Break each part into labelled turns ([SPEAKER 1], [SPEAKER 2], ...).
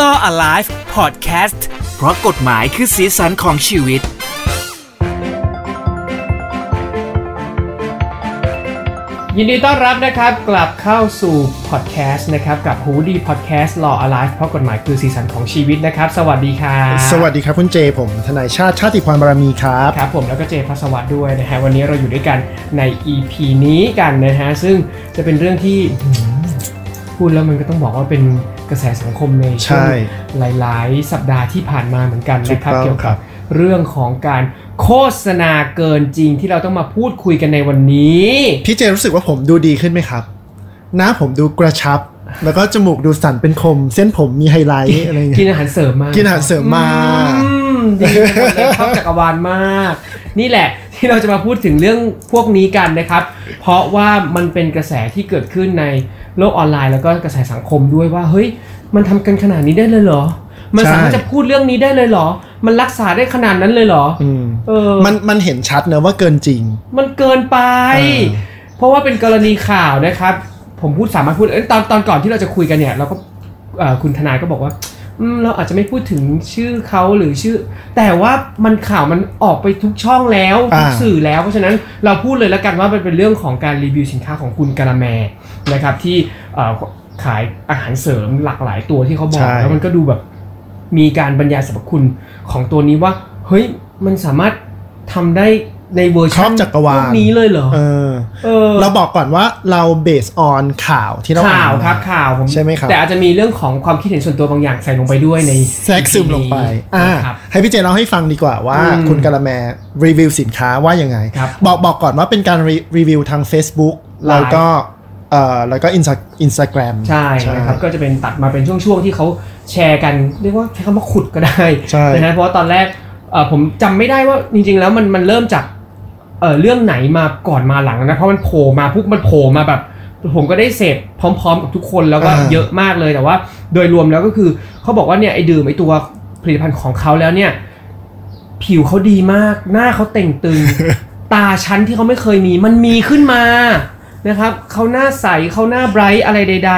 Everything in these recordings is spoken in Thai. [SPEAKER 1] Law Alive Podcast เพราะกฎหมายคือสีสันของชีวิต
[SPEAKER 2] ยินดีต้อนรับนะครับกลับเข้าสู่พอดแคสต์นะครับกับฮูดี้พอดแคสต์ Law Alive เพราะกฎหมายคือสีสันของชีวิตนะครับ สวัสดีครับ
[SPEAKER 3] สวัสดีครับคุณเจผมทนายชาติชาติความบารมีครับ
[SPEAKER 2] ครับผมแล้วก็เจพัสวัสดด้วยนะฮะวันนี้เราอยู่ด้วยกันใน EP นี้กันนะฮะซึ่งจะเป็นเรื่องที่หืมพูดแล้วมันก็ต้องบอกว่าเป็นกระแสสังคมในช่วง
[SPEAKER 3] ใช่
[SPEAKER 2] หลาย ๆ สัปดาห์ที่ผ่านมาเหมือนกันนะครับ
[SPEAKER 3] ถูกต้อง
[SPEAKER 2] เกี่ยว
[SPEAKER 3] ครั
[SPEAKER 2] กับบ เรื่องของการโฆษณาเกินจริงที่เราต้องมาพูดคุยกันในวันนี้
[SPEAKER 3] พี่เจรู้สึกว่าผมดูดีขึ้นไหมครับ หน้าผมดูกระชับ แล้วก็จมูกดูสันเป็นคม เส้นผมมีไฮไล ท์อะไรอย่าง
[SPEAKER 2] กิ
[SPEAKER 3] เงี้
[SPEAKER 2] น
[SPEAKER 3] ย
[SPEAKER 2] อาหารเสริมมา
[SPEAKER 3] กินอาหารเสริมมา
[SPEAKER 2] อืมดีจังเลยชอบจักรวาลมาก นี่แหละที่เราจะมาพูดถึงเรื่องพวกนี้กันนะครับ เพราะว่ามันเป็นกระแสที่เกิดขึ้นในโลกออนไลน์ แล้วก็กระแสสังคมด้วยว่าเฮ้ย มันทำกันขนาดนี้ได้เลยเหรอ มัน
[SPEAKER 3] ใช่
[SPEAKER 2] สามารถจะพูดเรื่องนี้ได้เลยเหรอ มันรักษาได้ขนาดนั้นเลยเหรอ
[SPEAKER 3] อืม
[SPEAKER 2] เออ
[SPEAKER 3] มันมันเห็นชัดนะว่าเกินจริง
[SPEAKER 2] มันเกินไป
[SPEAKER 3] เออ
[SPEAKER 2] เพราะว่าเป็นกรณีข่าวนะครับ ผมพูดสามารถพูดเอ้ยตอนตอนก่อนที่เราจะคุยกันเนี่ยเราก็เอ่อคุณทนายก็บอกว่าอืมเราอาจจะไม่พูดถึงชื่อเขาหรือชื่อ แต่ว่ามันข่าวมันออกไปทุกช่องแล้วทุก
[SPEAKER 3] อ่า
[SPEAKER 2] สื่อแล้ว เพราะฉะนั้นเราพูดเลยแล้วกันว่ามันเป็นเรื่องของการรีวิวสินค้าของคุณกาละแมนะครับที่เอ่อขายอาหารเสริมหลากหลายตัวที่เขาบอก
[SPEAKER 3] ใช่
[SPEAKER 2] แล้วมันก็ดูแบบมีการบรรยายสรรพคุณของตัวนี้ว่าเฮ้ยมันสามารถทำได้ในเวอร์
[SPEAKER 3] คร
[SPEAKER 2] ชั
[SPEAKER 3] อบ
[SPEAKER 2] น
[SPEAKER 3] จักรวา
[SPEAKER 2] พว
[SPEAKER 3] ล
[SPEAKER 2] กนี้เลยเหรอ
[SPEAKER 3] เออ
[SPEAKER 2] เออ
[SPEAKER 3] เราบอกก่อนว่าเราเบสออนข่าวที่เราอ่า
[SPEAKER 2] ข่าวน ครับ
[SPEAKER 3] มา
[SPEAKER 2] ข่าวผม
[SPEAKER 3] ใช่ไหมครับ
[SPEAKER 2] แต่อาจจะมีเรื่องของความคิดเห็นส่วนตัวบางอย่างใส่ลงไปด้วยใน
[SPEAKER 3] แทรกซึมลงไป
[SPEAKER 2] EP
[SPEAKER 3] อ่า
[SPEAKER 2] นี้นะครับ
[SPEAKER 3] ให้พี่เจเล่าให้ฟังดีกว่าว่า
[SPEAKER 2] อืม
[SPEAKER 3] คุณกะละแมรีวิวสินค้าว่ายังไง
[SPEAKER 2] ครับ
[SPEAKER 3] บอกบอกก่อนว่าเป็นการรีรีวิวทาง Facebook
[SPEAKER 2] ไลน์
[SPEAKER 3] แล้วก็เอ่อแล้วก็อินสตาอินสตาแกรม
[SPEAKER 2] ใช่นะครับก็จะเป็นตัดมาเป็นช่วงๆที่เขาแชร์กันเรียกว่าใช้คำว่าขุดก็ได้
[SPEAKER 3] ใช่
[SPEAKER 2] นะฮะเพราะว่าตอนแรกเอ่อผมจำไม่ได้ว่าจริงๆแล้วมันมันเริ่มจากเอ่อเรื่องไหนมาก่อนมาหลังนะเพราะมันโผล่มาปุ๊บมันโผล่มาแบบ ผมก็ได้เสพพร้อม ๆ กับทุกคนแล้วก็
[SPEAKER 3] อ่า
[SPEAKER 2] เยอะมากเลยแต่ว่า โดยรวมแล้วก็คือเขาบอกว่าเนี่ยไอ้ดื่มไอ้ตัวผลิตภัณฑ์ของเขาแล้วเนี่ย ผิวเขาดีมาก หน้าเขาเต่ง ตึง ตาชั้นที่เขาไม่เคยมี มันมีขึ้นมานะครับเขาหน้าใสเขาหน้าไบรท์อะไรใด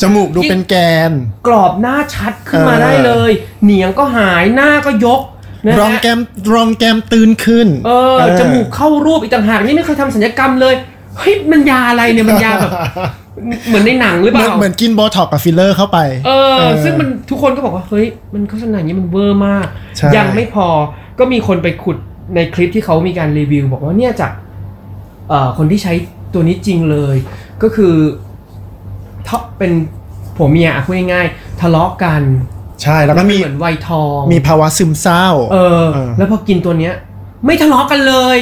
[SPEAKER 3] จมูกดูเป็นแกน
[SPEAKER 2] ๆ กรอบหน้าชัดขึ้นมา
[SPEAKER 3] เออ
[SPEAKER 2] ได้เลย เหนียงก็หายหน้าก็ยกนะ
[SPEAKER 3] รอง
[SPEAKER 2] ฮะ
[SPEAKER 3] แกมรองแกมตื่นขึ้น
[SPEAKER 2] เออจมูกเข้ารูปอีกต่างหากนี่ไม่เคยทำศัลยกรรมเลยเฮ้ยมันยาอะไรเนี่ยมันยาแบบ เหมือนในหนังหรือเป
[SPEAKER 3] เหมือน
[SPEAKER 2] ล่า
[SPEAKER 3] เหมือนกินโบท็อกกับฟิลเลอร์เข้าไป
[SPEAKER 2] เออ
[SPEAKER 3] เออ
[SPEAKER 2] ซึ่งมันทุกคนก็บอกว่าเฮ้ยมันโฆษณาอย่างนี้มันเวอร์มาก
[SPEAKER 3] ใช่
[SPEAKER 2] ยังไม่พอก็มีคนไปขุดในคลิปที่เขามีการรีวิว บอกว่าเนี่ยจากเอ่อคนที่ใช้ตัวนี้จริงเลย ก็คือท็อปเป็นผัวเมียอะพูดง่ายๆทะเลาะกัน
[SPEAKER 3] ใช่แล้วก็มี
[SPEAKER 2] เหมือนวัยทอง
[SPEAKER 3] มีภาวะซึมเศร้า
[SPEAKER 2] เออ
[SPEAKER 3] เออ
[SPEAKER 2] แล้วพอกินตัวเนี้ย ไม่ทะเลาะกันเลย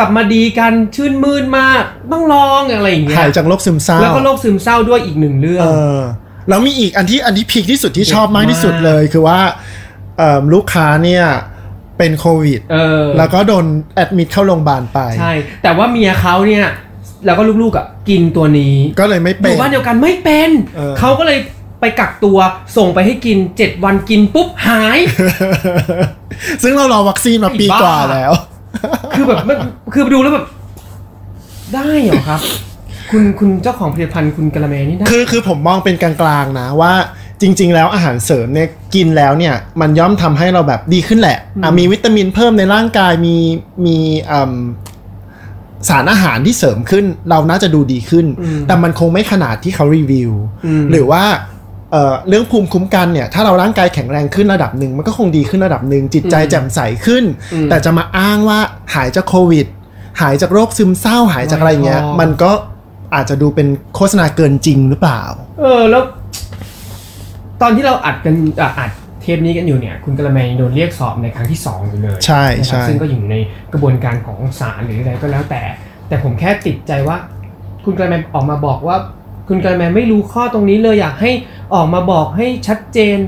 [SPEAKER 2] กลับมาดีกันชื่นมื่นมากต้องลองอะไรอย่างเงี้ย
[SPEAKER 3] หายจากโรคซึมเศร้า
[SPEAKER 2] แล้วก็โรคซึมเศร้าด้วยอีกหนึ่งเรื่อง
[SPEAKER 3] เออแล้วมีอีกอันที่อันที่พีคที่สุดที่ชอบมากที่สุด
[SPEAKER 2] มาก
[SPEAKER 3] เลย คือว่าเอิ่มลูกค้าเนี่ยเป็นโควิด
[SPEAKER 2] เออ
[SPEAKER 3] แล้วก็โดนแอดมิดเข้าโรงพยาบาลไป
[SPEAKER 2] ใช่ แต่ว่าเมียเขาเนี่ย แล้วก็ลูกๆอ่ะกินตัวนี้
[SPEAKER 3] ก็เลยไม่
[SPEAKER 2] อ
[SPEAKER 3] เป็น
[SPEAKER 2] ยู่บ้านเดียวกันไม่เป็น
[SPEAKER 3] เออ
[SPEAKER 2] ก็เลยไปกักตัวส่งไปให้กิน 7 วันกินปุ๊บหาย
[SPEAKER 3] ซึ่งเรารอวัคซีนมาปี
[SPEAKER 2] ไอ้บ้า
[SPEAKER 3] กว่าแล้ว
[SPEAKER 2] คือแบบมันคือดูแล้วแบบ ได้เหรอครับ คุณคุณเจ้าของผลิตภัณฑ์คุณกะละแมนี่ได้
[SPEAKER 3] คือคือผมมองเป็นกลางๆนะว่าจริง ๆ แล้วอาหารเสริมเนี่ยกินแล้วเนี่ยมันย่อมทำให้เราแบบดีขึ้นแหละอ่ะมีวิตามินเพิ่มในร่างกายมีมีอืมสารอาหารที่เสริมขึ้น เราน่าจะดูดีขึ้น
[SPEAKER 2] อืม
[SPEAKER 3] แต่มันคงไม่ขนาดที่เขารีวิว
[SPEAKER 2] อืม
[SPEAKER 3] หรือว่าเอ่อเรื่องภูมิคุ้มกันเนี่ยถ้าเราร่างกายแข็งแรงขึ้นระดับหนึ่งมันก็คงดีขึ้นระดับหนึ่งจิตใจแจ่มใสขึ้น
[SPEAKER 2] อืม
[SPEAKER 3] แต่จะมาอ้างว่าหายจากโควิด หายจากโรคซึมเศร้าหายจากอะไรอย่างเงี้ย
[SPEAKER 2] ไม่พอ
[SPEAKER 3] มันก็อาจจะดูเป็นโฆษณาเกินจริงหรือเปล่า
[SPEAKER 2] เออแล้ว ตอนที่เราอัดกันอ่ะอัดเทปนี้กันอยู่เนี่ย คุณกะละแมยังโดนเรียกสอบในครั้งที่สองอยู่เลย
[SPEAKER 3] ใช่
[SPEAKER 2] นะครับ
[SPEAKER 3] ใช่
[SPEAKER 2] ซึ่งก็อยู่ในกระบวนการของศาลหรืออะไรก็แล้วแต่ แต่ผมแค่ติดใจว่า คุณกะละแมออกมาบอกว่า คุณกะละแมไม่รู้ข้อตรงนี้เลยอยากให้ออกมาบอกให้ชัดเจน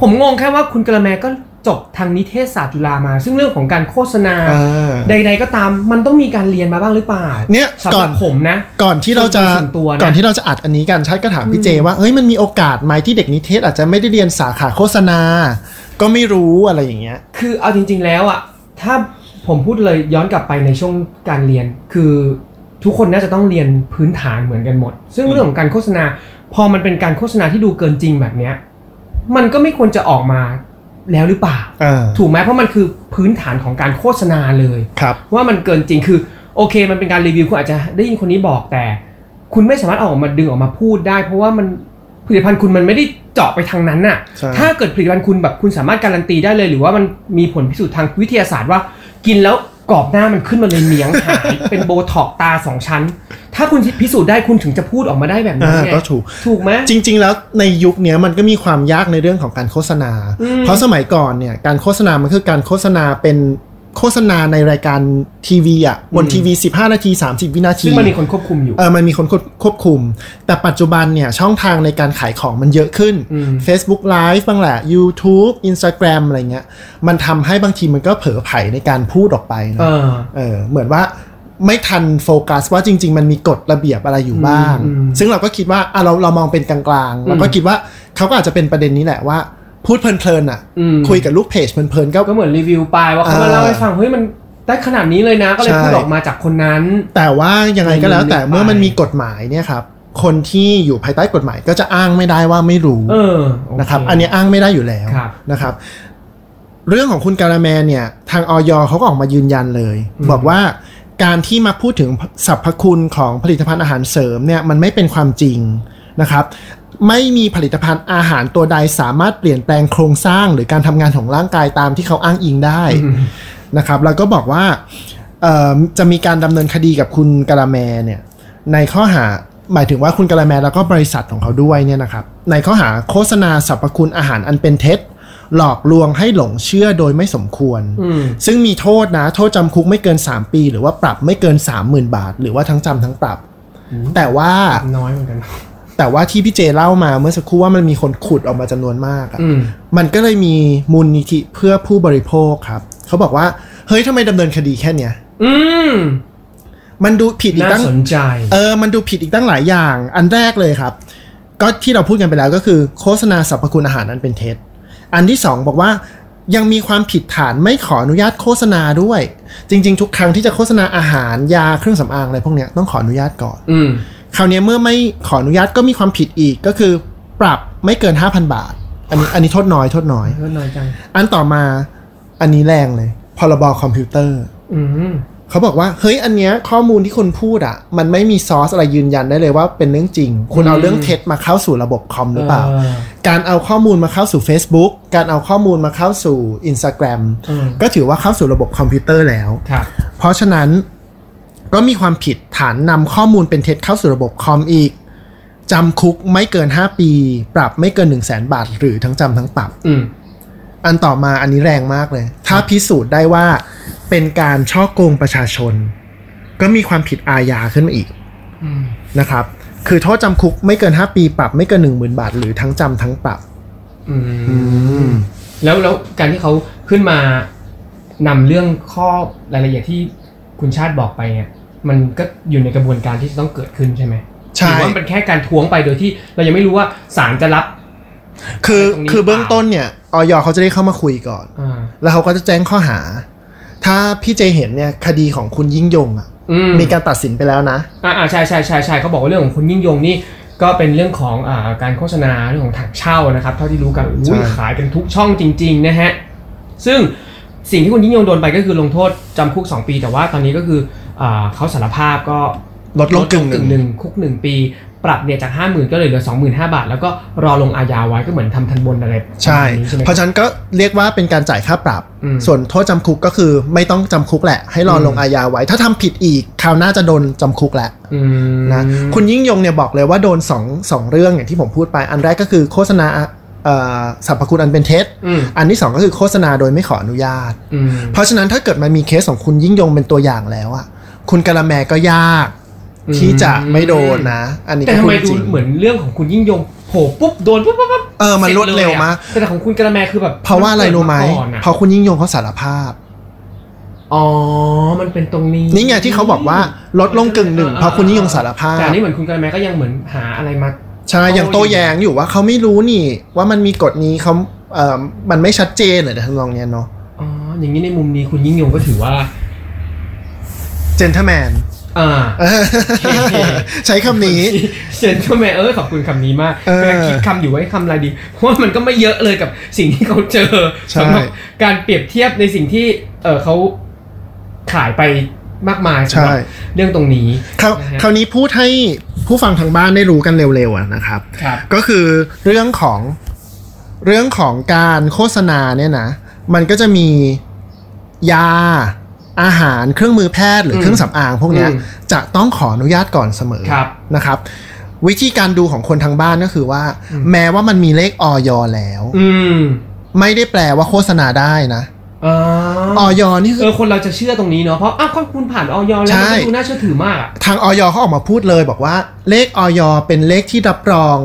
[SPEAKER 2] ผมงงแค่ว่าคุณกะละแมก็จบทางนิเทศศาสตร์จุฬามา ซึ่งเรื่องของการโฆษณา
[SPEAKER 3] อ่า
[SPEAKER 2] ใด ๆ ก็ตามมันต้องมีการเรียนมาบ้างหรือเปล่า
[SPEAKER 3] เนี่ย
[SPEAKER 2] สำหรั
[SPEAKER 3] ก่อบ น
[SPEAKER 2] ผมนะ
[SPEAKER 3] ก่อนที่เราจะ
[SPEAKER 2] ส่วนตัวนะ
[SPEAKER 3] ก่อนที่เราจะอัดอันนี้กันชัดก็ถามพี่เจว่าเฮ้ยมันมีโอกาสไหมที่เด็กนิเทศอาจจะไม่ได้เรียนสาขาโฆษณา ก็ไม่รู้อะไรอย่างเงี้ย
[SPEAKER 2] คือเอาจริง ๆ แล้วอะถ้าผมพูดเลยย้อนกลับไปในช่วงการเรียน คือทุกคนน่าจะต้องเรียนพื้นฐานเหมือนกันหมด ซึ่งเรื่องของการโฆษณา พอมันเป็นการโฆษณาที่ดูเกินจริงแบบเนี้ย มันก็ไม่ควรจะออกมาแล้วหรือเปล่า
[SPEAKER 3] อ่า
[SPEAKER 2] ถูกไหมเพราะมันคือพื้นฐานของการโฆษณาเลย
[SPEAKER 3] ครับ
[SPEAKER 2] ว่ามันเกินจริงคือโอเคมันเป็นการรีวิวคุณอาจจะได้ยินคนนี้บอกแต่ คุณไม่สามารถเอาออกมาดึงออกมาพูดได้ เพราะว่ามันผลิตภัณฑ์คุณมันไม่ได้เจาะไปทางนั้นน่ะ
[SPEAKER 3] ใช่
[SPEAKER 2] ถ้าเกิดผลิตภัณฑ์คุณแบบคุณสามารถการันตีได้เลย หรือว่ามันมีผลพิสูจน์ทางวิทยาศาสตร์ว่า กินแล้วกรอบหน้ามันขึ้นมาเลยเหนียงหาย เป็นโบท็อกซ์ตาสองชั้น ถ้าคุณพิสูจน์ได้คุณถึงจะพูดออกมาได้แบบนั้น
[SPEAKER 3] อ่า
[SPEAKER 2] ไง
[SPEAKER 3] ก็ถูก
[SPEAKER 2] ถูกไหม
[SPEAKER 3] จริง ๆ แล้วในยุคเนี้ยมันก็มีความยากในเรื่องของการโฆษณา
[SPEAKER 2] อืม
[SPEAKER 3] เพราะสมัยก่อนเนี่ยการโฆษณา มันคือการโฆษณาเป็นโฆษณาในรายการทีวีอ่ะบนทีวี 15 นาที 30 วินาที
[SPEAKER 2] ซึ่งมันมีคนควบคุมอยู่
[SPEAKER 3] เออมันมีคนควบควบคุม แต่ปัจจุบันเนี่ยช่องทางในการขายของมันเยอะขึ้น
[SPEAKER 2] อืม
[SPEAKER 3] Facebook Live บ้างแหละ YouTube Instagram อะไรเงี้ยมันทำให้บางทีมันก็เผลอไผในการพูดออกไปนะ
[SPEAKER 2] เออ
[SPEAKER 3] เออเหมือนว่าไม่ทันโฟกัสว่าจริง ๆ มันมีกฎระเบียบอะไรอยู่บ้าง
[SPEAKER 2] อืมอืม
[SPEAKER 3] ซึ่งเราก็คิดว่าอ่ะเราเรามองเป็นกลางๆเราก็
[SPEAKER 2] อืม
[SPEAKER 3] คิดว่าเขาก็อาจจะเป็นประเด็นนี้แหละว่า พูดเพลินๆอ่ะ
[SPEAKER 2] อืม
[SPEAKER 3] คุยกับลูกเพจเพลินๆก็
[SPEAKER 2] ก็เหมือนรีวิวไปว่าเขามาเล่าให้ฟังเฮ้ยมันได้ขนาดนี้เลยนะ ก็เลย
[SPEAKER 3] ใช่
[SPEAKER 2] พูดออกมาจากคนนั้น
[SPEAKER 3] แต่ว่ายังไงก็แล้วแต่
[SPEAKER 2] ลืมๆไป
[SPEAKER 3] เมื่อมันมีกฎหมายเนี่ยครับคนที่อยู่ภายใต้กฎหมายก็จะอ้างไม่ได้ว่าไม่รู้
[SPEAKER 2] เออโเ
[SPEAKER 3] นะครับ อันเนี้ยอ้างไม่ได้อยู่แล้ว
[SPEAKER 2] ครับ
[SPEAKER 3] นะครับ เรื่องของคุณการาแมนเนี่ยทางออยเขาก็ออกมายืนยันเลย
[SPEAKER 2] อืม
[SPEAKER 3] บอกว่าการที่มาพูดถึงสรรพคุณของผลิตภัณฑ์อาหารเสริมเนี่ยมันไม่เป็นความจริงนะครับ ไม่มีผลิตภัณฑ์อาหารตัวใดสามารถเปลี่ยนแปลงโครงสร้าง หรือการทำงานของร่างกายตามที่เขาอ้างอิงได้
[SPEAKER 2] อืม
[SPEAKER 3] นะครับแล้วก็บอกว่าเอ่อจะมีการดำเนินคดีกับคุณกะละแมเนี่ยในข้อหาหมายถึงว่าคุณกะละแมแล้วก็บริษัทของเขาด้วยเนี่ยนะครับในข้อหาโฆษณาสรรพคุณอาหารอันเป็นเท็จ หลอกลวงให้หลงเชื่อโดยไม่สมควร
[SPEAKER 2] อืม
[SPEAKER 3] ซึ่งมีโทษนะ โทษจำคุกไม่เกิน 3 ปี หรือว่าปรับไม่เกิน 30,000 บาท หรือว่าทั้งจำทั้งปรับ
[SPEAKER 2] อืม
[SPEAKER 3] แต่ว่า
[SPEAKER 2] น้อยเหมือนกัน
[SPEAKER 3] แต่ว่าที่พี่เจเล่ามาเมื่อสักครู่ว่ามันมีคนขุดออกมาจำนวนมากอะ
[SPEAKER 2] อืม
[SPEAKER 3] มันก็เลยมีมูลนิธิเพื่อผู้บริโภคครับ เขาบอกว่าเฮ้ยทำไมดำเนินคดีแค่เนี้ย
[SPEAKER 2] อืม
[SPEAKER 3] มันดูผิดอีก
[SPEAKER 2] น่า
[SPEAKER 3] ตั้ง
[SPEAKER 2] สนใจ
[SPEAKER 3] เออมันดูผิดอีกตั้งหลายอย่าง อันแรกเลยครับ ก็ที่เราพูดกันไปแล้วก็คือ โฆษณาสรรพคุณอาหารนั้นเป็นเท็จ อันที่สองบอกว่ายังมีความผิดฐานไม่ขออนุญาตโฆษณาด้วย จริง ๆ ทุกครั้งที่จะโฆษณาอาหารยาเครื่องสำอางอะไรพวกเนี้ยต้องขออนุญาตก่อน
[SPEAKER 2] อืม
[SPEAKER 3] คราวเนี้ยเมื่อไม่ขออนุญาตก็มีความผิดอีกก็คือ ปรับไม่เกิน 5,000 บาท อันนี้อันนี้โทษน้อยโทษน้อย
[SPEAKER 2] ก็น้อยจัง
[SPEAKER 3] อันต่อมาอันนี้แรงเลย พรบอคอมพิวเตอร์
[SPEAKER 2] อืม
[SPEAKER 3] เขาบอกว่า เฮ้ย อันเนี้ยข้อมูลที่คนพูดอะมันไม่มีซอสอะไรยืนยันได้เลยว่าเป็นเรื่องจริง คุณเอาเรื่องเท็จมาเข้าสู่ระบบคอมหรือเปล่า
[SPEAKER 2] เออ
[SPEAKER 3] การเอาข้อมูลมาเข้าสู่ Facebook การเอาข้อมูลมาเข้าสู่ Instagram
[SPEAKER 2] อืม
[SPEAKER 3] ก็ถือว่าเข้าสู่ระบบคอมพิวเตอร์แล้ว
[SPEAKER 2] ครับ
[SPEAKER 3] เพราะฉะนั้นก็มีความผิดฐานนำข้อมูลเป็นเท็จเข้าสู่ระบบคอมอีกจำคุกไม่เกิน 5 ปี ปรับไม่เกิน 1 0 0 0 0แบาท หรือทั้งจำทั้งปรับ
[SPEAKER 2] อืม
[SPEAKER 3] อันต่อมาอันนี้แรงมากเลย ถ้าพิสูจน์ได้ว่าเป็นการช่อโกงประชาชน ก็มีความผิดอาญาขึ้นมาอีก
[SPEAKER 2] อืม
[SPEAKER 3] นะครับ คือโทษจำคุกไม่เกิน 5 ปีปรับไม่เกิน 1 0,000 บาท หรือทั้งจำทั้งปรับ
[SPEAKER 2] อืม แล้วแล้วการที่เขาขึ้นมานำเรื่องข้อรายละเอียดที่คุณชาติบอกไปเนี่ย มันก็อยู่ในกระบวนการที่จะต้องเกิดขึ้นใช่ไหม
[SPEAKER 3] ใช่
[SPEAKER 2] หรือว่ามันเป็นแค่การทวงไปโดยที่เรายังไม่รู้ว่าศาลจะรับ
[SPEAKER 3] คือ
[SPEAKER 2] ตรงนี้
[SPEAKER 3] คือเบื้องต้นเนี่ยออยเขาจะได้เข้ามาคุยก่อน
[SPEAKER 2] อ่า
[SPEAKER 3] แล้วเขาก็จะแจ้งข้อหา ถ้าพี่เจเห็นเนี่ยคดีของคุณยิ่งยงอะ
[SPEAKER 2] อื
[SPEAKER 3] มีการตัดสินไปแล้วนะ
[SPEAKER 2] อ่าอ่าใช่ใช่ใช่ใช่เขาบอกว่าเรื่องของคุณยิ่งยงนี่ก็เป็นเรื่องของอ่าการโฆษณาเรื่องของถังเช่านะครับเท่าที่รู้กันอุ้ย
[SPEAKER 3] ใช่
[SPEAKER 2] ขายเป็นทุกช่องจริงๆนะฮะซึ่งสิ่งที่คุณยิ่งยงโดนไปก็คือลงโทษจำคุก 2 ปี แต่ว่าตอนนี้ก็คืออ่าเขาสารภาพก็
[SPEAKER 3] ลดลงกึ่งหนึ่ง
[SPEAKER 2] หนึ่งคุก 1 ปี ปรับเนี่ยจาก 50,000 ก็เลยเหลือ 25,000 บาท แล้วก็รอลงอาญาไว้ก็เหมือนทำทันบนอะไร
[SPEAKER 3] ใช่
[SPEAKER 2] ประมาณนี้ใช่ไหม
[SPEAKER 3] เพราะฉะนั้นก็เรียกว่าเป็นการจ่ายค่าปรับ
[SPEAKER 2] อืม
[SPEAKER 3] ส่วนโทษจำคุกก็คือไม่ต้องจำคุกแหละ ให้รออ
[SPEAKER 2] ม
[SPEAKER 3] ลงอาญาไว้ ถ้าทำผิดอีกคราวหน้าจะโดนจำคุกแหละ
[SPEAKER 2] อืม
[SPEAKER 3] นะคุณยิ่งยงเนี่ยบอกเลยว่าโดนสองสองเรื่องอย่างที่ผมพูดไป อันแรกก็คือโฆษณาเอ่อสรรพคุณอันเป็นเท็จ
[SPEAKER 2] อืม
[SPEAKER 3] อันที่สองก็คือโฆษณาโดยไม่ขออนุญาต
[SPEAKER 2] อืม
[SPEAKER 3] เพราะฉะนั้นถ้าเกิดมันมีเคสของคุณยิ่งยงเป็นตัวอย่างแล้วอะคุณกะละแมก็ยากที่จะไม่โดนนะ อันนี้
[SPEAKER 2] แต่
[SPEAKER 3] ก็
[SPEAKER 2] ทำ
[SPEAKER 3] พูด
[SPEAKER 2] ไม
[SPEAKER 3] จ
[SPEAKER 2] ดู
[SPEAKER 3] ริง
[SPEAKER 2] เหมือนเรื่องของคุณยิ่งยงโผล่ปุ๊บโดนปุ๊บปุ๊บปุ๊บ
[SPEAKER 3] เออมันรวดเร็วมาก
[SPEAKER 2] แต่ของคุณกระแมคือแบบ
[SPEAKER 3] เพราะว่าอะไรรู้ไหม
[SPEAKER 2] นเกิดาก่อนอะ
[SPEAKER 3] เพราะคุณยิ่งยงเขาสารภาพ
[SPEAKER 2] อ๋อ มันเป็นตรงนี้
[SPEAKER 3] นี่ไงที่เขาบอกว่าลดลงกึ่งหนึ่งเพราะคุณยิ่งยงสารภาพ
[SPEAKER 2] แต่อันนี่เหมือนคุณกระแมก็ยังเหมือนหาอะไรมา
[SPEAKER 3] ใช่ยังโต้แย้งอยู่ว่าเขาไม่รู้นี่ ว่ามันมีกฎนี้เขาเอ่อมันไม่ชัดเจนเหรอทำนองเนี้ยเนาะ
[SPEAKER 2] อ๋อ อย่างนี้ในมุมนี้คุณยิ่งยงก็ถือว่า
[SPEAKER 3] เจนทแมน
[SPEAKER 2] อ่า
[SPEAKER 3] ใช้คำนี้
[SPEAKER 2] เซนก็แม่เออขอบคุณคำนี้มาก
[SPEAKER 3] เออก
[SPEAKER 2] ำลังคิดคำอยู่ว่าให้คำอะไรดี เพราะว่ามันก็ไม่เยอะเลยกับสิ่งที่เขาเจอ
[SPEAKER 3] ใช่
[SPEAKER 2] สำหรับการเปรียบเทียบในสิ่งที่เออเขาขายไปมากมายสำหรั
[SPEAKER 3] ใช่
[SPEAKER 2] บเรื่องตรงนี้
[SPEAKER 3] คราวคราวนี้พูดให้ผู้ฟังทางบ้านได้รู้กันเร็วๆอะนะครับ
[SPEAKER 2] ครับ
[SPEAKER 3] ก็คือเรื่องของเรื่องของการโฆษณาเนี่ยนะ มันก็จะมียาอาหารเครื่องมือแพทย์หรืออ
[SPEAKER 2] ม
[SPEAKER 3] เครื่องสำอางพวกเนี้ย
[SPEAKER 2] อืม
[SPEAKER 3] จะต้องขออนุญาตก่อนเสมอ
[SPEAKER 2] ครับ
[SPEAKER 3] นะครับ วิธีการดูของคนทางบ้านก็คือว่า
[SPEAKER 2] อืม
[SPEAKER 3] แม้ว่ามันมีเลขออยแล้ว
[SPEAKER 2] อืม
[SPEAKER 3] ไม่ได้แปลว่าโฆษณาได้นะ
[SPEAKER 2] อ๋อ
[SPEAKER 3] ออยนี่คือ
[SPEAKER 2] เออคนเราจะเชื่อตรงนี้เนาะเพราะอ้าวก็คุณผ่านออยแล้วมัน
[SPEAKER 3] ใช่
[SPEAKER 2] ก็ดูน่าเชื่อถือมากอะ
[SPEAKER 3] ทางออยเขาออกมาพูดเลยบอกว่าเลขออยเป็นเลขที่รับรอง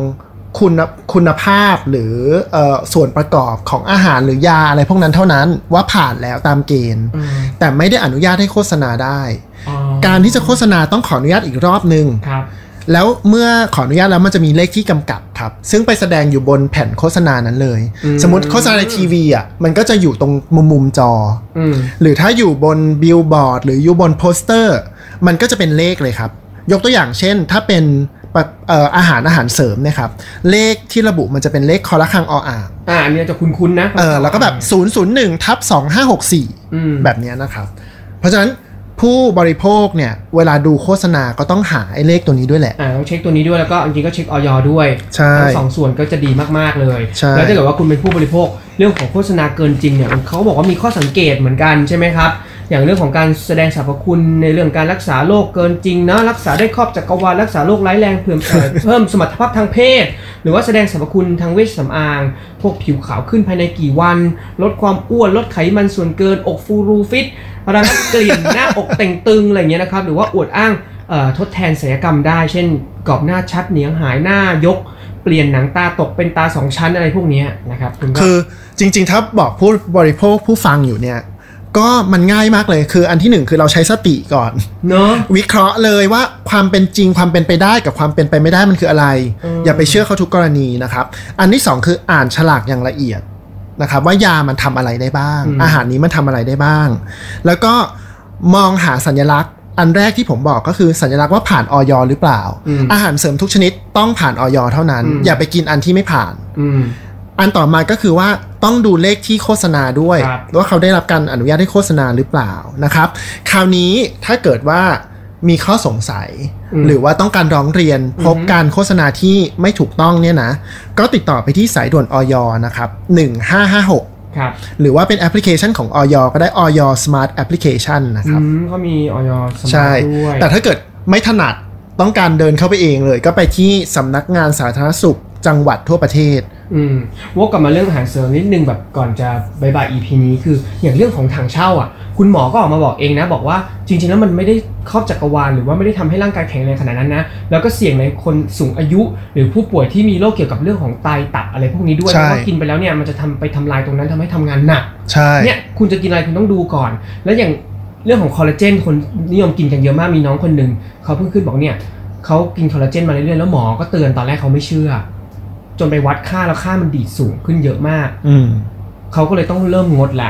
[SPEAKER 3] คุณคุณภาพหรือเออส่วนประกอบของอาหารหรือยาอะไรพวกนั้นเท่านั้นว่าผ่านแล้วตามเกณฑ์
[SPEAKER 2] อืม
[SPEAKER 3] แต่ไม่ได้อนุญาตให้โฆษณาได้
[SPEAKER 2] อ๋อ
[SPEAKER 3] การที่จะโฆษณาต้องขออนุญาตอีกรอบนึง
[SPEAKER 2] ครับ
[SPEAKER 3] แล้วเมื่อขออนุญาตแล้วมันจะมีเลขที่กำกับครับ ซึ่งไปแสดงอยู่บนแผ่นโฆษณานั้นเลย สมมติโฆษณาในทีวีอ่ะมันก็จะอยู่ตรงมุมมุมๆจอ
[SPEAKER 2] อืม
[SPEAKER 3] หรือถ้าอยู่บนบิลบอร์ดหรืออยู่บนโปสเตอร์ มันก็จะเป็นเลขเลยครับ ยกตัวอย่างเช่น ถ้าเป็นปะเอ่ออาหารอาหารเสริมเนะครับ เลขที่ระบุมันจะเป็นเลขคอละครังออ่าง
[SPEAKER 2] อ่าอันเนี่ยจะคุ้นๆนะ
[SPEAKER 3] เออแล้วก็แบบ 001ทับ2564
[SPEAKER 2] อืม
[SPEAKER 3] แบบเนี้ยนะครับ เพราะฉะนั้นผู้บริโภคเนี่ยเวลาดูโฆษณาก็ต้องหาไอ้เลขตัวนี้ด้วยแหละ
[SPEAKER 2] อ่าต้องเช็คตัวนี้ด้วยแล้วก็จริงๆก็เช็คออยด้วย
[SPEAKER 3] ใช่
[SPEAKER 2] ทั้งสองส่วนก็จะดีมากๆเลย
[SPEAKER 3] ใช่
[SPEAKER 2] แล้วถ้าเกิดว่าคุณเป็นผู้บริโภคเรื่องของโฆษณาเกินจริงเนี่ยเขาบอกว่ามีข้อสังเกตเหมือนกันใช่ไหมครับ อย่างเรื่องของการแสดงสรรพคุณในเรื่องการรักษาโรคเกินจริงนะรักษาได้ครอบจักรวาลรักษาโรคร้ายแรงเพิ่ม เอ่อ เพิ่มสมรรถภาพทางเพศ หรือว่าแสดงสรรพคุณทางเวชสำอาง พวกผิวขาวขึ้นภายในกี่วัน ลดความอ้วนลดไขมันส่วนเกินอกฟูรูฟิต ระงับกลิ่น หน้าอกแต่งตึงอะไรอย่างเงี้ยนะครับ หรือว่าอวดอ้างเอ่อทดแทนศัลยกรรมได้ เช่นกรอบหน้าชัดเหนียงหายหน้ายก เปลี่ยนหนังตาตกเป็นตาสองชั้นอะไรพวกเนี้ยนะครับคุณก็
[SPEAKER 3] คือจริงๆ ถ้าบอกผู้บริโภคผู้ฟังอยู่เนี่ยก็มันง่ายมากเลยคืออันที่หนึ่งคือเราใช้สติก่อน
[SPEAKER 2] เนาะ
[SPEAKER 3] วิเคราะห์เลยว่าความเป็นจริงความเป็นไปได้กับความเป็นไปไม่ได้มันคืออะไร
[SPEAKER 2] อืม
[SPEAKER 3] อย่าไปเชื่อเขาทุกกรณีนะครับ อันที่ 2 คืออ่านฉลากอย่างละเอียดนะครับว่ายามันทำอะไรได้บ้าง อาหารนี้มันทำอะไรได้บ้าง แล้วก็มองหาสัญลักษณ์ อันแรกที่ผมบอกก็คือสัญลักษณ์ว่าผ่านออยหรือเปล่า
[SPEAKER 2] อืม
[SPEAKER 3] อาหารเสริมทุกชนิดต้องผ่านออยเท่านั้น
[SPEAKER 2] อืม
[SPEAKER 3] อย่าไปกินอันที่ไม่ผ่าน
[SPEAKER 2] อืม
[SPEAKER 3] อันต่อมาก็คือว่าต้องดูเลขที่โฆษณาด้วย
[SPEAKER 2] ครับ
[SPEAKER 3] ว่าเขาได้รับการอนุญาตให้โฆษณาหรือเปล่านะครับ คราวนี้ถ้าเกิดว่ามีข้อสงสัย
[SPEAKER 2] ม
[SPEAKER 3] หรือว่าต้องการร้องเรียนพบ
[SPEAKER 2] อือฮึ
[SPEAKER 3] การโฆษณาที่ไม่ถูกต้องเนี่ยนะ ก็ติดต่อไปที่สายด่วนออยนะครับ 1556
[SPEAKER 2] ครับ
[SPEAKER 3] หรือว่าเป็นแอปพลิเคชันของออยก็ได้ออย Smart Application นะค
[SPEAKER 2] อื
[SPEAKER 3] รับ
[SPEAKER 2] มเขามีออยสมา
[SPEAKER 3] ใช่
[SPEAKER 2] ร์ทด้วย
[SPEAKER 3] แต่ถ้าเกิดไม่ถนัดต้องการเดินเข้าไปเองเลย ก็ไปที่สำนักงานสาธารณสุขจังหวัดทั่วประเทศ
[SPEAKER 2] อืมวกกลับมาเรื่องอาหารเสริมนิดนึงแบบก่อนจะบายบาย EP นี้คืออย่างเรื่องของถังเช่าอ่ะ คุณหมอก็ออกมาบอกเองนะ บอกว่าจริงๆแล้วมันไม่ได้ครอบจักรวาลหรือว่าไม่ได้ทำให้ร่างกายแข็งแรงขนาดนั้นนะแล้วก็เสี่ยงในคนสูงอายุ หรือผู้ป่วยที่มีโรคเกี่ยวกับเรื่องของไตตับอะไรพวกนี้ด้วยเพ
[SPEAKER 3] ใช่
[SPEAKER 2] ราะว่ากินไปแล้วเนี่ยมันจะทำไปทำลายตรงนั้นทำให้ทำงานหนัก
[SPEAKER 3] ใช่
[SPEAKER 2] เนี่ยคุณจะกินอะไรคุณต้องดูก่อน แล้วอย่างเรื่องของคอลลาเจนคนนิยมกินกันเยอะมากมีน้องคนหนึ่งเขาเพิ่งขึ้นบอกเนี่ยเขากินคอลลาเจนมาเรื่อยๆแล้วหมอก็เตือนตอนแรกเขาไม่เชื่อ จนไปวัดค่าแล้วค่ามันดีดสูงขึ้นเยอะมาก
[SPEAKER 3] อืม
[SPEAKER 2] เขาก็เลยต้องเริ่มงดละ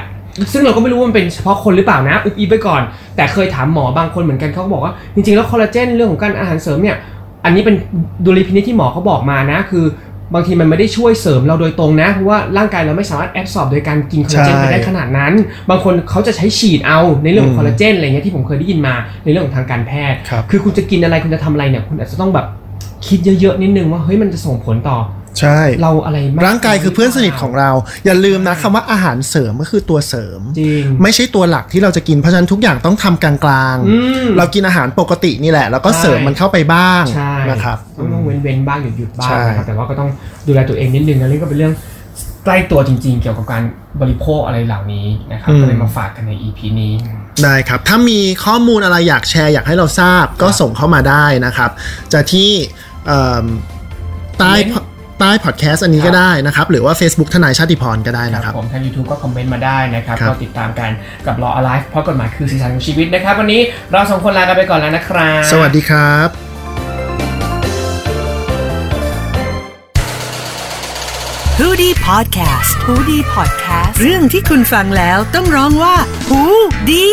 [SPEAKER 2] ซึ่งเราก็ไม่รู้ว่ามันเป็นเฉพาะคนหรือเปล่านะ อุบอิบไปก่อน แต่เคยถามหมอบางคนเหมือนกันเขาก็บอกว่า จริงๆ แล้วคอลลาเจนเรื่องของการอาหารเสริมเนี่ย อันนี้เป็นดุลยพินิจที่หมอเขาบอกมานะ คือบางทีมันไม่ได้ช่วยเสริมเราโดยตรงนะ เพราะว่าร่างกายเราไม่สามารถแอบสอบโดยการกินคอลลาเจน
[SPEAKER 3] ใช่
[SPEAKER 2] ไปได้ขนาดนั้น บางคนเขาจะใช้ฉีดเอาในเรื่องของคอลลาเจนอะไรเงี้ยที่ผมเคยได้ยินมาในเรื่องของทางการแพทย์
[SPEAKER 3] ครับ
[SPEAKER 2] คือคุณจะกินอะไรคุณจะทำอะไรเนี่ยคุณอาจจะต้องแบบคิดเยอะๆนิดนึงว่าเฮ้ยมันจะส่งผลต่อ
[SPEAKER 3] ใช่
[SPEAKER 2] เราอะไรม
[SPEAKER 3] ร่างกายคือเพื่อนสนิทของเรา อย่าลืมนะคำว่าอาหารเสริมก็คือตัวเสริม
[SPEAKER 2] จริง
[SPEAKER 3] ไม่ใช่ตัวหลักที่เราจะกินเพราะฉะนั้นทุกอย่างต้องทำกลาง
[SPEAKER 2] อืม
[SPEAKER 3] ๆ เรากินอาหารปกตินี่แหละ แล้วก็เสริมมันเข้าไปบ้าง
[SPEAKER 2] ใช่
[SPEAKER 3] นะครับ
[SPEAKER 2] ต้องเว้นเว้นๆบ้างหยุดหยุดๆบ้าง
[SPEAKER 3] ใช่
[SPEAKER 2] นะครับแต่ว่าก็ต้องดูแลตัวเองนิดนึงนะเรื่องก็เป็นเรื่องใกล้ตัวจริง ๆ เกี่ยวกับการบริโภคอะไรเหล่านี้นะครับก็เลยมาฝากกันใน EP นี้
[SPEAKER 3] ได้ครับ ถ้ามีข้อมูลอะไรอยากแชร์อยากให้เราทราบก็ส่งเข้ามาได้นะครับ จะที่เอิ่มใต้พอใต้พอดแคสต์อันนี้
[SPEAKER 2] ค
[SPEAKER 3] ก็
[SPEAKER 2] รับ
[SPEAKER 3] ได้นะครับ หรือว่า Facebook ทนายชาติพรก็ได้นะครับ
[SPEAKER 2] ผมทาง YouTube ก็คอมเมนต์มาได้นะครับ
[SPEAKER 3] ครับ
[SPEAKER 2] ก็ติดตามกันกับ Law Alive เพราะกฎหมายคือสีสันของชีวิตนะครับ วันนี้เราสองคนลากันไปก่อนแล้วนะครับ
[SPEAKER 3] สวัสดีครับ
[SPEAKER 4] h o ดี้พอดแคสต์ฮูดี้พอดแคสต์เรื่องที่คุณฟังแล้วต้องร้องว่าฮูดี